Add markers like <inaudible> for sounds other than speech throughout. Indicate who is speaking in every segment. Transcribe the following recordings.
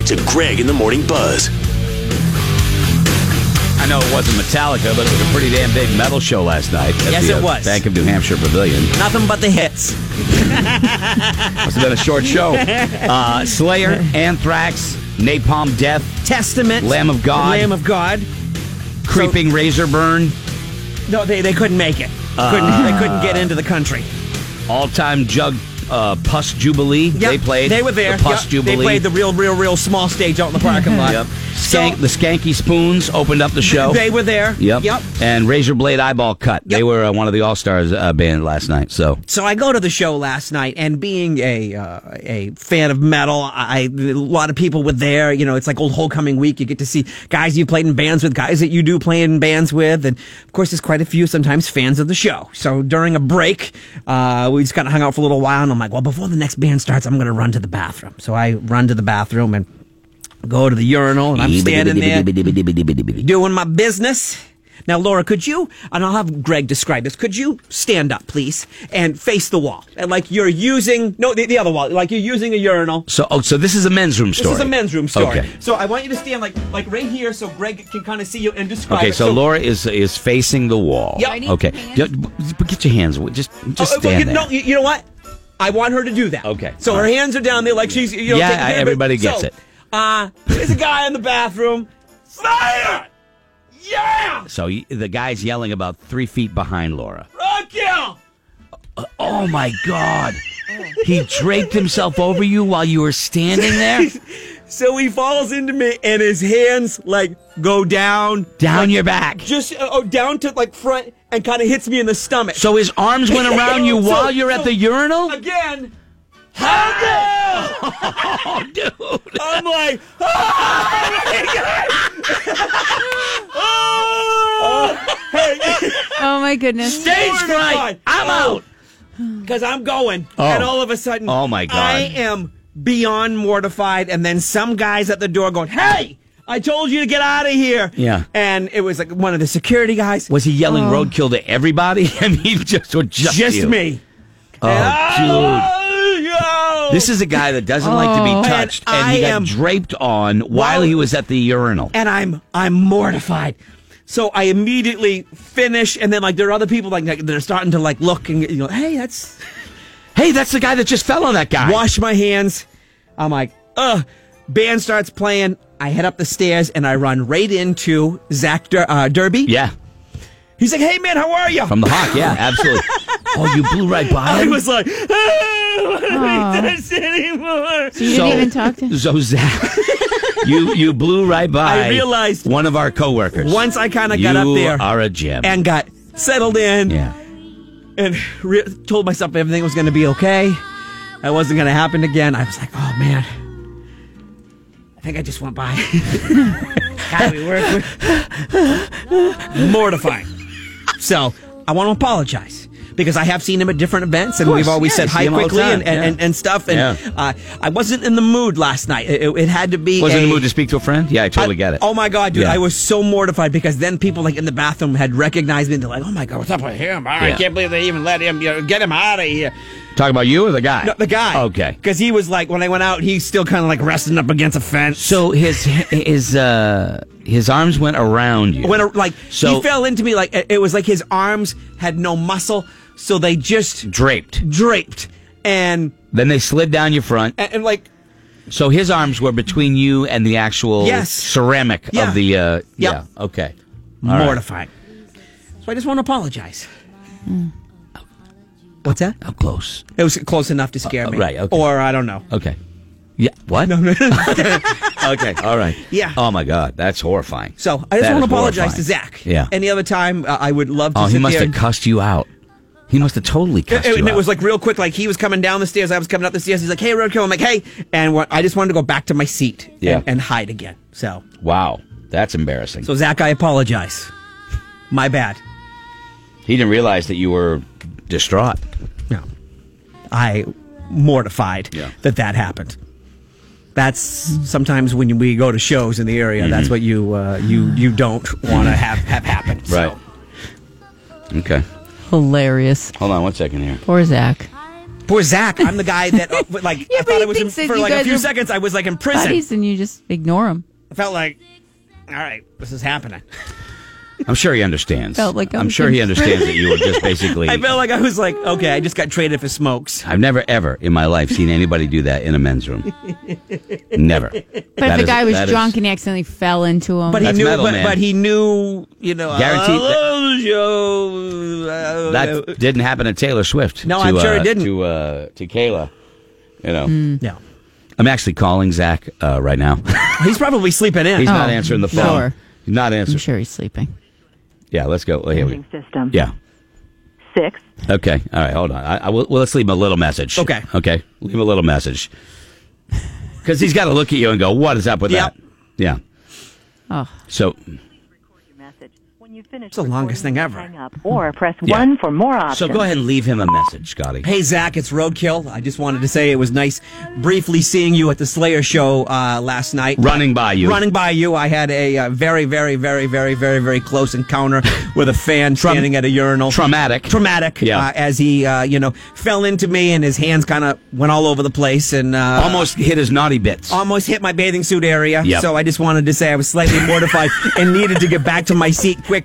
Speaker 1: to Greg in the Morning Buzz.
Speaker 2: I know it wasn't Metallica, but it was a pretty damn big metal show last night. At
Speaker 3: Yes,
Speaker 2: the,
Speaker 3: it
Speaker 2: uh,
Speaker 3: was.
Speaker 2: Bank of New Hampshire Pavilion.
Speaker 3: Nothing but the hits.
Speaker 2: Must have been a short
Speaker 3: <laughs>
Speaker 2: show. Uh, Slayer, Anthrax, Napalm Death,
Speaker 3: Testament.
Speaker 2: Lamb of God.
Speaker 3: Lamb of God.
Speaker 2: Creeping Razorburn,
Speaker 3: No, they, they couldn't make it. Couldn't,
Speaker 2: Ah.
Speaker 3: they couldn't get into the country.
Speaker 2: All Time Jug, uh, Puss Jubilee.
Speaker 3: Yep,
Speaker 2: They played.
Speaker 3: They were there.
Speaker 2: The Puss
Speaker 3: Yep,
Speaker 2: Jubilee.
Speaker 3: They played the real, real, real small stage out in the
Speaker 2: <laughs>
Speaker 3: parking lot.
Speaker 2: Yep.
Speaker 3: So-
Speaker 2: Skank, the Skanky Spoons opened up the show.
Speaker 3: They were there.
Speaker 2: Yep.
Speaker 3: Yep.
Speaker 2: And Razor Blade Eyeball Cut. They
Speaker 3: Yep.
Speaker 2: were uh, one of the All Stars uh, band last night. So
Speaker 3: So I go to the show last night, and being a uh, a fan of metal, I a lot of people were there. You know, it's like old homecoming week. You get to see guys you played in bands with, guys that you do play in bands with, and of course, there's quite a few sometimes fans of the show. So during a break, uh, we just kind of hung out for a little while, and I'm like, well, before the next band starts, I'm going to run to the bathroom. So I run to the bathroom and go to the urinal, and I'm standing there doing my business. Now, Laura, could you, and I'll have Greg describe this, could you stand up, please, and face the wall? And like you're using, no, the, the other wall, like you're using a urinal.
Speaker 2: So oh, so this is a men's room
Speaker 3: This
Speaker 2: story.
Speaker 3: is a men's room story.
Speaker 2: Okay.
Speaker 3: So I want you to stand like like right here so Greg can kind of see you and describe
Speaker 2: Okay,
Speaker 3: it.
Speaker 2: so Laura is is facing the wall.
Speaker 3: Yeah. I need
Speaker 2: Okay.
Speaker 4: hands.
Speaker 2: Yeah, but Get your hands. away. Just
Speaker 3: Oh,
Speaker 2: just
Speaker 3: oh, well,
Speaker 2: stand
Speaker 3: you-
Speaker 2: there.
Speaker 3: No, you, you know what? I want her to do that.
Speaker 2: Okay.
Speaker 3: So
Speaker 2: All
Speaker 3: her
Speaker 2: right.
Speaker 3: hands are down there like she's, you know,
Speaker 2: Yeah,
Speaker 3: taking care of
Speaker 2: everybody gets
Speaker 3: so,
Speaker 2: it.
Speaker 3: Uh, there's a guy in the bathroom. Slayer! Yeah!
Speaker 2: So y- the guy's yelling about three feet behind Laura.
Speaker 3: Roadkill!
Speaker 2: Oh my God!
Speaker 3: Oh.
Speaker 2: He draped himself over you while you were standing
Speaker 3: <laughs>
Speaker 2: there,
Speaker 3: So he falls into me, and his hands like go down,
Speaker 2: down your back.
Speaker 3: just uh, oh, down to like front, and kind of hits me in the stomach.
Speaker 2: So his arms went around you
Speaker 3: <laughs> So-
Speaker 2: while you're at
Speaker 3: so-
Speaker 2: the urinal.
Speaker 3: again, how the-
Speaker 2: Oh, <laughs> dude!
Speaker 3: I'm like, oh my god!
Speaker 2: <laughs>
Speaker 3: oh, hey,
Speaker 4: Oh my goodness.
Speaker 2: Stage fright. I'm out.
Speaker 3: Oh. because I'm going,
Speaker 2: Oh.
Speaker 3: and all of a sudden,
Speaker 2: Oh, my God.
Speaker 3: I am beyond mortified. And then some guys at the door going, "Hey, I told you to get out of here!"
Speaker 2: Yeah.
Speaker 3: and it was like one of the security guys.
Speaker 2: Was he yelling roadkill to everybody? <laughs> I mean, just or just
Speaker 3: Uh. just
Speaker 2: you?
Speaker 3: me.
Speaker 2: Oh,
Speaker 3: dude.
Speaker 2: This is a guy that doesn't like to
Speaker 4: Oh.
Speaker 2: be touched, and,
Speaker 3: And
Speaker 2: he
Speaker 3: I
Speaker 2: got
Speaker 3: am-
Speaker 2: draped on while
Speaker 3: While-
Speaker 2: he was at the urinal.
Speaker 3: and I'm I'm mortified. So I immediately finish, and then like there are other people like they're starting to like look and you know, hey, that's
Speaker 2: hey, that's the guy that just fell on that guy.
Speaker 3: wash my hands. I'm like, ugh. Band starts playing. I head up the stairs and I run right into Zach Der- uh, Derby.
Speaker 2: Yeah,
Speaker 3: He's like, hey man, how are you?
Speaker 2: from the hawk. Yeah, absolutely. oh, you blew right by
Speaker 3: <laughs> I
Speaker 2: him.
Speaker 3: was like, <laughs> oh, I don't need this anymore.
Speaker 4: You didn't even talk to him.
Speaker 2: So Zach, you you blew right by.
Speaker 3: I realized-
Speaker 2: one of our coworkers.
Speaker 3: Once I kind of
Speaker 2: you
Speaker 3: got up there
Speaker 2: are a gem.
Speaker 3: and got settled in.
Speaker 2: yeah.
Speaker 3: and re- told myself everything was going to be okay. That wasn't going to happen again. I was like, oh man, I think I just
Speaker 2: <laughs>
Speaker 3: went by. God, we work with- <laughs> Mortifying. So I want to apologize because I have seen him at different events and
Speaker 2: course,
Speaker 3: we've always
Speaker 2: yeah,
Speaker 3: said
Speaker 2: you see
Speaker 3: hi
Speaker 2: him all the
Speaker 3: quickly
Speaker 2: time,
Speaker 3: and, and,
Speaker 2: yeah.
Speaker 3: and, and stuff. And
Speaker 2: Yeah.
Speaker 3: uh, I wasn't in the mood last night. It, it- it had to be.
Speaker 2: Was
Speaker 3: a-
Speaker 2: in the mood to speak to a friend? Yeah, I totally
Speaker 3: I-
Speaker 2: get it.
Speaker 3: Oh my god, dude!
Speaker 2: Yeah.
Speaker 3: I was so mortified because then people like in the bathroom had recognized me. and They're like, "Oh my god, what's up with him? Ah, I
Speaker 2: Yeah.
Speaker 3: can't believe they even let him. You know, get him out of here."
Speaker 2: Talking about you or the guy?
Speaker 3: No, the guy.
Speaker 2: Okay.
Speaker 3: Because he was like, when I went out, he's still kind of like resting up against a fence.
Speaker 2: So his his uh his arms went around you.
Speaker 3: when a, like
Speaker 2: So-
Speaker 3: he fell into me, like it- it was like his arms had no muscle, so they just
Speaker 2: draped.
Speaker 3: draped and
Speaker 2: Then they slid down your front.
Speaker 3: and, and like
Speaker 2: So his arms were between you and the actual
Speaker 3: Yes.
Speaker 2: ceramic
Speaker 3: Yeah.
Speaker 2: of the. Uh, Yeah.
Speaker 3: Yep.
Speaker 2: Okay. right.
Speaker 3: mortifying. So I just want to apologize.
Speaker 2: Hmm.
Speaker 3: What's that?
Speaker 2: How close?
Speaker 3: It was close enough to scare
Speaker 2: Uh,
Speaker 3: me.
Speaker 2: right, okay.
Speaker 3: Or I don't know.
Speaker 2: Okay. Yeah.
Speaker 3: <laughs>
Speaker 2: What? <laughs> okay. All right.
Speaker 3: Yeah.
Speaker 2: Oh my God, that's horrifying.
Speaker 3: So I just
Speaker 2: That
Speaker 3: want to
Speaker 2: is
Speaker 3: apologize to
Speaker 2: horrifying.
Speaker 3: Zach.
Speaker 2: Yeah.
Speaker 3: Any other time, uh, I would love to.
Speaker 2: oh, he
Speaker 3: sit
Speaker 2: must
Speaker 3: there
Speaker 2: have cussed you out. He must have totally
Speaker 3: And,
Speaker 2: cussed
Speaker 3: and
Speaker 2: you
Speaker 3: it
Speaker 2: out.
Speaker 3: was like real quick, like he was coming down the stairs, I was coming up the stairs. He's like, "Hey, roadkill!" I'm like, "Hey," and what, I just wanted to go back to my seat and-
Speaker 2: Yeah.
Speaker 3: and, hide again. So,
Speaker 2: wow, that's embarrassing.
Speaker 3: so Zach, I apologize. My bad.
Speaker 2: he didn't realize that you were distraught.
Speaker 3: No, I mortified
Speaker 2: Yeah.
Speaker 3: that that happened. That's sometimes when we go to shows in the area.
Speaker 2: Mm-hmm.
Speaker 3: That's what you uh, you you don't want to have have happen. So.
Speaker 2: Okay.
Speaker 4: Hilarious.
Speaker 2: Hold on one second here.
Speaker 4: Poor Zach.
Speaker 3: Poor Zach. I'm the guy that uh, like
Speaker 4: <laughs>
Speaker 3: I
Speaker 4: Yeah, but
Speaker 3: thought
Speaker 4: he
Speaker 3: I was in,
Speaker 4: thinks that
Speaker 3: for
Speaker 4: you
Speaker 3: like a
Speaker 4: guys
Speaker 3: few
Speaker 4: are
Speaker 3: seconds. I was like in prison.
Speaker 4: buddies, and you just ignore them.
Speaker 3: I felt like, all right, this is happening.
Speaker 2: I'm sure he understands.
Speaker 4: Felt like
Speaker 2: I'm
Speaker 4: I'm
Speaker 2: sure he
Speaker 4: in
Speaker 2: understands that you were
Speaker 4: <laughs>
Speaker 2: just basically.
Speaker 3: I felt like I was like, okay, I just got traded for smokes.
Speaker 2: I've never ever in my life seen anybody do that in a men's
Speaker 3: <laughs>
Speaker 2: room. Never.
Speaker 4: But if the guy was drunk and he accidentally fell into him,
Speaker 3: But he
Speaker 2: That's
Speaker 3: knew,
Speaker 2: metal,
Speaker 3: but,
Speaker 2: man.
Speaker 3: but he knew, you know,
Speaker 2: Guaranteed
Speaker 3: I love you. uh,
Speaker 2: that didn't happen to Taylor Swift.
Speaker 3: No,
Speaker 2: to,
Speaker 3: I'm sure it
Speaker 2: uh,
Speaker 3: didn't. Hmm.
Speaker 2: To uh, to Kayla, you know.
Speaker 3: no.
Speaker 2: I'm actually calling Zach uh, right now. <laughs>
Speaker 3: He's probably sleeping in.
Speaker 2: He's not
Speaker 4: Oh,
Speaker 2: answering the phone.
Speaker 4: sure.
Speaker 2: He's not
Speaker 4: I'm
Speaker 2: answering.
Speaker 4: sure he's sleeping.
Speaker 2: Yeah, let's go. Here we.
Speaker 1: system.
Speaker 2: Yeah.
Speaker 1: Six.
Speaker 2: Okay. All right. Hold on. I, I will, well, let's leave him a little message.
Speaker 3: Okay.
Speaker 2: Okay. Leave a little
Speaker 3: <laughs>
Speaker 2: message. Because he's got to look at you and go, "What is up with
Speaker 3: Yep.
Speaker 2: that?" Yeah.
Speaker 4: Oh,
Speaker 2: So
Speaker 1: Message. When you finish
Speaker 3: It's the longest
Speaker 1: recording,
Speaker 3: thing ever.
Speaker 1: Hang up or press
Speaker 2: Yeah.
Speaker 1: one for more options.
Speaker 2: so go ahead and leave him a message, Scotty.
Speaker 3: Hey Zach, it's Roadkill. I just wanted to say it was nice briefly seeing you at the Slayer show uh, last night.
Speaker 2: Running by you.
Speaker 3: running by you. I had a uh, very, very, very, very, very, very close encounter with a fan
Speaker 2: Traum-
Speaker 3: standing at a urinal.
Speaker 2: Traumatic.
Speaker 3: Traumatic.
Speaker 2: Yeah.
Speaker 3: Uh, as he, uh, you know, fell into me and his hands kind of went all over the place and uh,
Speaker 2: Almost hit his naughty bits.
Speaker 3: almost hit my bathing suit area.
Speaker 2: Yep.
Speaker 3: So I just wanted to say I was slightly
Speaker 2: <laughs>
Speaker 3: mortified and needed to get back to my seat quickly.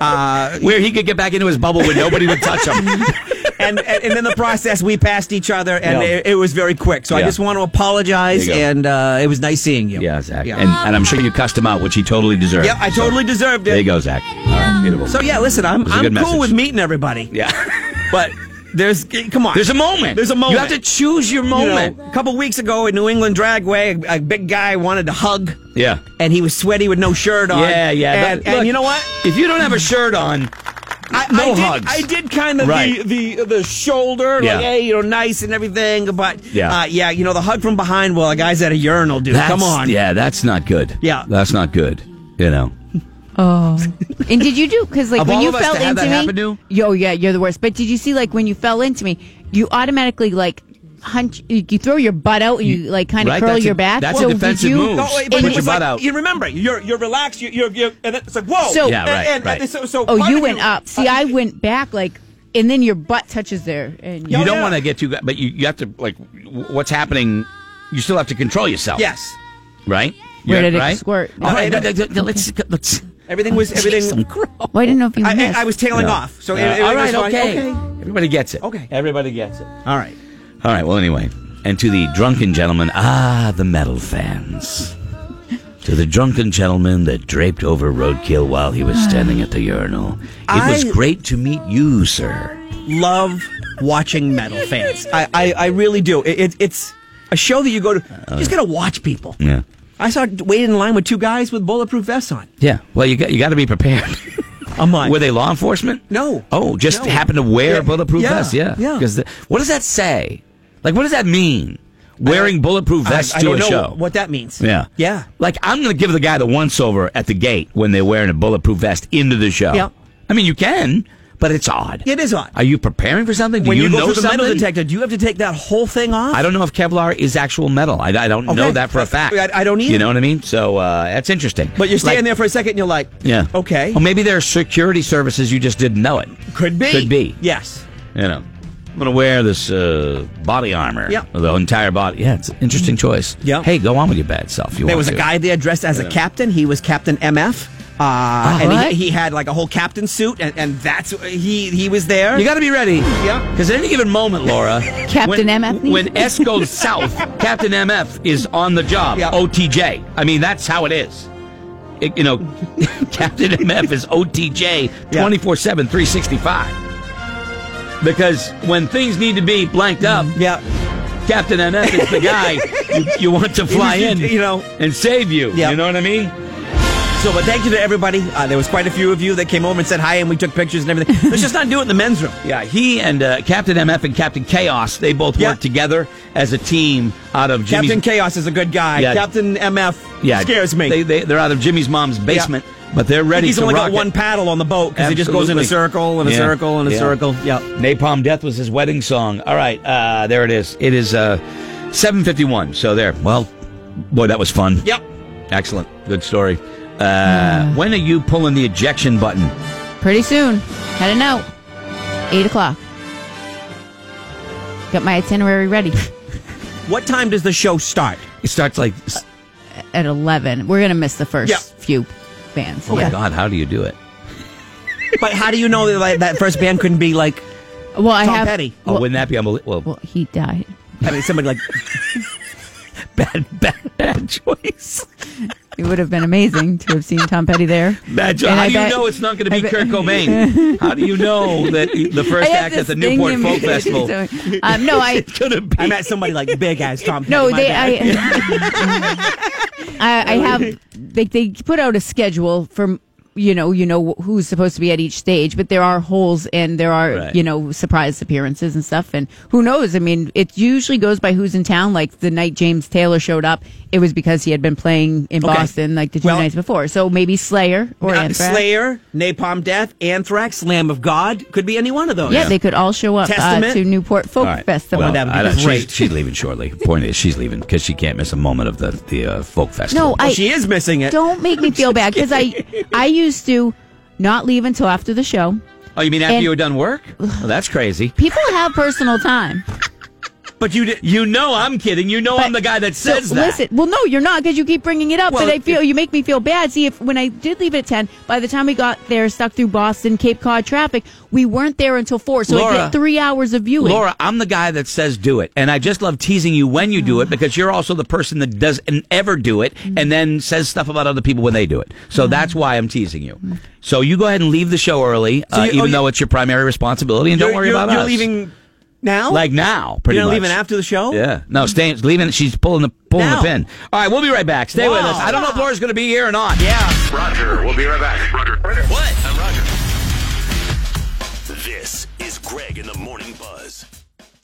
Speaker 3: Uh,
Speaker 2: where he could get back into his bubble where nobody would touch him.
Speaker 3: <laughs> and, and and in the process, we passed each other, and
Speaker 2: Yeah.
Speaker 3: it, it was very quick. So I
Speaker 2: Yeah.
Speaker 3: just want to apologize,
Speaker 2: There you go.
Speaker 3: and uh, it was nice seeing you.
Speaker 2: yeah, Zach.
Speaker 3: Yeah.
Speaker 2: And, and I'm sure you cussed him out, which he totally deserved.
Speaker 3: Yeah, I
Speaker 2: So,
Speaker 3: totally deserved it.
Speaker 2: There you go, Zach. All right, beautiful.
Speaker 3: So yeah, listen, I'm
Speaker 2: It was a
Speaker 3: I'm
Speaker 2: good
Speaker 3: cool
Speaker 2: message.
Speaker 3: with meeting everybody.
Speaker 2: yeah.
Speaker 3: But <laughs> there's come on.
Speaker 2: There's a moment.
Speaker 3: There's a moment.
Speaker 2: You have to choose your
Speaker 3: You know,
Speaker 2: moment.
Speaker 3: a couple weeks ago in New England Dragway, a, a big guy wanted to hug,
Speaker 2: Yeah.
Speaker 3: and he was sweaty with no shirt on.
Speaker 2: Yeah, yeah.
Speaker 3: And,
Speaker 2: That-
Speaker 3: and
Speaker 2: look,
Speaker 3: you know what?
Speaker 2: If you don't have a shirt on,
Speaker 3: I,
Speaker 2: no
Speaker 3: I did,
Speaker 2: hugs.
Speaker 3: I did kind of
Speaker 2: Right.
Speaker 3: the, the the shoulder,
Speaker 2: Yeah.
Speaker 3: like hey, you know, nice and everything, but
Speaker 2: Yeah.
Speaker 3: uh, yeah, you know, the hug from behind. Well, a guy's at a urinal, dude.
Speaker 2: that's,
Speaker 3: Come on,
Speaker 2: Yeah, that's not good.
Speaker 3: Yeah.
Speaker 2: That's not good. You know.
Speaker 4: oh. and did you do? Because like
Speaker 2: Of
Speaker 4: when
Speaker 2: all
Speaker 4: you
Speaker 2: of us to
Speaker 4: fell
Speaker 2: have
Speaker 4: into
Speaker 2: that
Speaker 4: me,
Speaker 2: happen to?
Speaker 4: yo, yeah, you're the worst. But did you see like when you fell into me, you automatically like hunch, you, you throw your butt out and you, like kind of
Speaker 2: Right,
Speaker 4: curl
Speaker 2: that's a-
Speaker 4: your back.
Speaker 2: that's a
Speaker 4: so did
Speaker 2: defensive
Speaker 4: you,
Speaker 2: move.
Speaker 3: No,
Speaker 2: Put
Speaker 3: Oh, wait, but
Speaker 4: your
Speaker 3: it was
Speaker 2: butt
Speaker 3: like,
Speaker 2: out.
Speaker 3: You remember, you're you're relaxed. You're you're, you're and then it's like whoa.
Speaker 4: So-
Speaker 2: Yeah,
Speaker 3: And-
Speaker 2: right,
Speaker 3: and-
Speaker 2: right.
Speaker 3: and so, so
Speaker 4: Oh,
Speaker 3: part
Speaker 4: you
Speaker 3: of
Speaker 4: went up. See, I went back like, and then your butt touches there. And
Speaker 2: you don't
Speaker 3: yeah.
Speaker 2: want to get too, but you, you have to like w- what's happening. You still have to control yourself.
Speaker 3: Yes,
Speaker 2: Right.
Speaker 4: Where
Speaker 2: Yeah,
Speaker 4: did it
Speaker 2: right?
Speaker 4: squirt?
Speaker 2: All right,
Speaker 3: No,
Speaker 2: no, no, no, let's let's.
Speaker 3: everything was everything.
Speaker 4: Well, I didn't know if you
Speaker 3: I,
Speaker 4: missed.
Speaker 3: I, I was tailing
Speaker 2: Yeah.
Speaker 3: off. So
Speaker 2: Yeah.
Speaker 3: it, it
Speaker 2: Mm-hmm. all
Speaker 3: was
Speaker 2: right,
Speaker 3: fine.
Speaker 2: okay. Everybody gets it.
Speaker 3: Okay.
Speaker 2: Everybody gets it.
Speaker 3: All right.
Speaker 2: All right. Well, anyway, and to the drunken gentleman, ah, the metal fans. To the drunken gentleman that draped over roadkill while he was standing at the urinal. It was
Speaker 3: I-
Speaker 2: great to meet you, sir.
Speaker 3: Love watching metal fans. I, I, I really do. It, it, it's a show that you go to. You just gotta watch people.
Speaker 2: Yeah.
Speaker 3: I saw waiting in line with two guys with bulletproof vests on.
Speaker 2: Yeah. Well, you got you got to be prepared.
Speaker 3: I'm like,
Speaker 2: Were they law enforcement?
Speaker 3: No.
Speaker 2: Oh, just
Speaker 3: No.
Speaker 2: happened to wear
Speaker 3: Yeah.
Speaker 2: bulletproof
Speaker 3: Yeah.
Speaker 2: vests. Yeah.
Speaker 3: Yeah.
Speaker 2: Because what does that say? Like, what does that mean? Wearing bulletproof
Speaker 3: I,
Speaker 2: vests
Speaker 3: I
Speaker 2: to
Speaker 3: don't
Speaker 2: a
Speaker 3: know
Speaker 2: show.
Speaker 3: what that means.
Speaker 2: Yeah.
Speaker 3: Yeah.
Speaker 2: Like, I'm going to give the guy the once over at the gate when they're wearing a bulletproof vest into the show.
Speaker 3: Yeah.
Speaker 2: I mean, you can, but it's odd.
Speaker 3: It is odd.
Speaker 2: Are you preparing for something? Do
Speaker 3: when
Speaker 2: you,
Speaker 3: you, go
Speaker 2: know
Speaker 3: through the
Speaker 2: something?
Speaker 3: metal detector, do you have to take that whole thing off?
Speaker 2: I don't know if Kevlar is actual metal. I, I don't
Speaker 3: Okay.
Speaker 2: know that for a fact.
Speaker 3: I- I don't either.
Speaker 2: You know what I mean? So uh, that's interesting.
Speaker 3: But you're standing
Speaker 2: Like-
Speaker 3: there for a second and you're like,
Speaker 2: Yeah. Oh,
Speaker 3: okay,
Speaker 2: Well, maybe there are security services you just didn't know it.
Speaker 3: could be,
Speaker 2: Could be.
Speaker 3: Yes.
Speaker 2: You know, I'm going to wear this uh, body armor.
Speaker 3: Yeah.
Speaker 2: The entire body. Yeah, it's an interesting choice.
Speaker 3: Yeah.
Speaker 2: Hey, go on with your bad self. if You
Speaker 3: There
Speaker 2: want
Speaker 3: was a
Speaker 2: to.
Speaker 3: guy there dressed as a captain. He was Captain MF. Uh,
Speaker 4: right.
Speaker 3: And he, he had like a whole captain suit, and, and that's he he was there.
Speaker 2: You got to be ready.
Speaker 3: Yeah.
Speaker 2: Because at any given moment, Laura,
Speaker 4: Captain
Speaker 2: when,
Speaker 4: MF needs
Speaker 2: When S
Speaker 4: <laughs>
Speaker 2: goes south, Captain MF is on the job.
Speaker 3: Yeah.
Speaker 2: OTJ. I mean, that's how it is. It- you know, <laughs> Captain MF is OTJ 24 7, 365. Because when things need to be blanked up,
Speaker 3: Mm-hmm. yeah,
Speaker 2: Captain MF is the
Speaker 3: <laughs>
Speaker 2: guy you, you want to fly
Speaker 3: You-
Speaker 2: in,
Speaker 3: you know.
Speaker 2: and save you.
Speaker 3: Yeah.
Speaker 2: You know what I mean?
Speaker 3: So, but thank you to everybody. Uh, there was quite a few of you that came over and said hi, and we took pictures
Speaker 2: <laughs>
Speaker 3: and everything. Let's just not do it in the men's room.
Speaker 2: Yeah, he and uh, Captain MF and Captain Chaos, they both
Speaker 3: Yeah.
Speaker 2: work together as a team out of Jimmy's.
Speaker 3: Captain Chaos is a good guy.
Speaker 2: Yeah.
Speaker 3: Captain MF scares me.
Speaker 2: They, they, they're out of Jimmy's mom's basement, but they're ready
Speaker 3: He's
Speaker 2: to
Speaker 3: only
Speaker 2: rock
Speaker 3: got one
Speaker 2: it.
Speaker 3: paddle on the boat because he just goes in a
Speaker 2: Absolutely.
Speaker 3: circle and a
Speaker 2: Yeah.
Speaker 3: circle and a
Speaker 2: Yeah.
Speaker 3: circle. Yeah.
Speaker 2: Napalm Death was his wedding song. All right, uh, there it is. It is uh, 7.51, so there. Well, boy, that was fun.
Speaker 3: Yep.
Speaker 2: Excellent. Good story. Uh, When are you pulling the ejection button?
Speaker 4: Pretty soon, heading out. Eight o'clock. Got my itinerary ready <laughs>
Speaker 3: What time does the show start?
Speaker 2: It starts like, s-
Speaker 4: at 11. We're going to miss the first
Speaker 3: Yeah.
Speaker 4: few bands.
Speaker 2: oh my
Speaker 4: Yeah.
Speaker 2: God, how do you do it?
Speaker 3: But how do you know that like, that first band couldn't be like
Speaker 4: Well, I
Speaker 3: Tom
Speaker 4: have.
Speaker 3: Petty?
Speaker 2: Oh, wouldn't that be unbelievable?
Speaker 4: Well, he died.
Speaker 3: I mean, somebody like
Speaker 2: bad, bad, bad choice.
Speaker 4: It would have been amazing to have seen Tom Petty
Speaker 2: <laughs>
Speaker 4: there.
Speaker 2: Bad choice.
Speaker 4: And
Speaker 2: How
Speaker 4: I
Speaker 2: do
Speaker 4: bet-
Speaker 2: you know it's not going to
Speaker 4: I
Speaker 2: be
Speaker 4: bet-
Speaker 2: Kurt
Speaker 4: <laughs>
Speaker 2: Cobain? How do you know that the first
Speaker 4: I have
Speaker 2: act at
Speaker 4: this
Speaker 2: the
Speaker 4: thing
Speaker 2: Newport
Speaker 4: in
Speaker 2: Folk
Speaker 4: me.
Speaker 2: Festival?
Speaker 4: <laughs> So, um, no,
Speaker 2: <laughs>
Speaker 4: I
Speaker 2: It's going to be.
Speaker 3: I met somebody like big as Tom.
Speaker 4: no
Speaker 3: Petty, my
Speaker 4: they
Speaker 3: bad.
Speaker 4: I,
Speaker 3: <laughs>
Speaker 4: I I have they they put out a schedule for you know you know who's supposed to be at each stage, but there are holes and there are
Speaker 2: Right.
Speaker 4: you know surprise appearances and stuff. And who knows? I mean, it usually goes by who's in town. Like the night James Taylor showed up, it was because he had been playing in
Speaker 3: Okay.
Speaker 4: Boston like the two
Speaker 3: Well-
Speaker 4: nights before. So maybe Slayer or
Speaker 3: Uh,
Speaker 4: Anthrax.
Speaker 3: Slayer, Napalm Death, Anthrax, Lamb of God could be any one of those.
Speaker 4: Yeah, they could all show up uh,
Speaker 3: Testament?
Speaker 4: to Newport Folk
Speaker 2: All right.
Speaker 4: Festival.
Speaker 2: Well,
Speaker 3: That would be
Speaker 2: I don't- she's-
Speaker 3: great.
Speaker 2: She's, leaving shortly. Point is, she's leaving because she can't miss a moment of the the uh, folk festival.
Speaker 4: no,
Speaker 3: Well,
Speaker 4: I
Speaker 3: Oh, she is missing it.
Speaker 4: don't make me feel bad because I I used to not leave until after the show.
Speaker 2: Oh, you mean after
Speaker 4: and-
Speaker 2: you were done work? Well, that's
Speaker 4: <sighs>
Speaker 2: crazy.
Speaker 4: People have personal time.
Speaker 2: But you did, you know I'm kidding. You know I'm the guy that says
Speaker 4: so,
Speaker 2: that.
Speaker 4: Listen, well, no, you're not because you keep bringing it up.
Speaker 2: Well,
Speaker 4: but I feel you make me feel bad. See, if when I did leave at ten, by the time we got there, stuck through Boston, Cape Cod traffic, we weren't there until four. So I
Speaker 2: Laura-
Speaker 4: get three hours of viewing.
Speaker 2: Laura, I'm the guy that says do it, and I just love teasing you when you do it because you're also the person that doesn't ever do it
Speaker 3: Mm-hmm.
Speaker 2: and then says stuff about other people when they do it. So that's why I'm teasing you. So you go ahead and leave the show early, uh,
Speaker 3: you-
Speaker 2: even
Speaker 3: oh, you-
Speaker 2: though it's your primary responsibility, and
Speaker 3: You're-
Speaker 2: don't worry
Speaker 3: you're,
Speaker 2: about
Speaker 3: You're
Speaker 2: us.
Speaker 3: leaving now.
Speaker 2: like now, pretty
Speaker 3: you're not
Speaker 2: much.
Speaker 3: leaving after the show.
Speaker 2: Yeah. No, staying, leaving. She's pulling the pulling
Speaker 3: Now.
Speaker 2: the pin. All right, we'll be right back. Stay with
Speaker 3: Wow.
Speaker 2: us. I don't know if Laura's going to be here or not. Yeah.
Speaker 5: Roger, we'll be right back. Roger.
Speaker 6: What?
Speaker 5: This is Greg in the morning.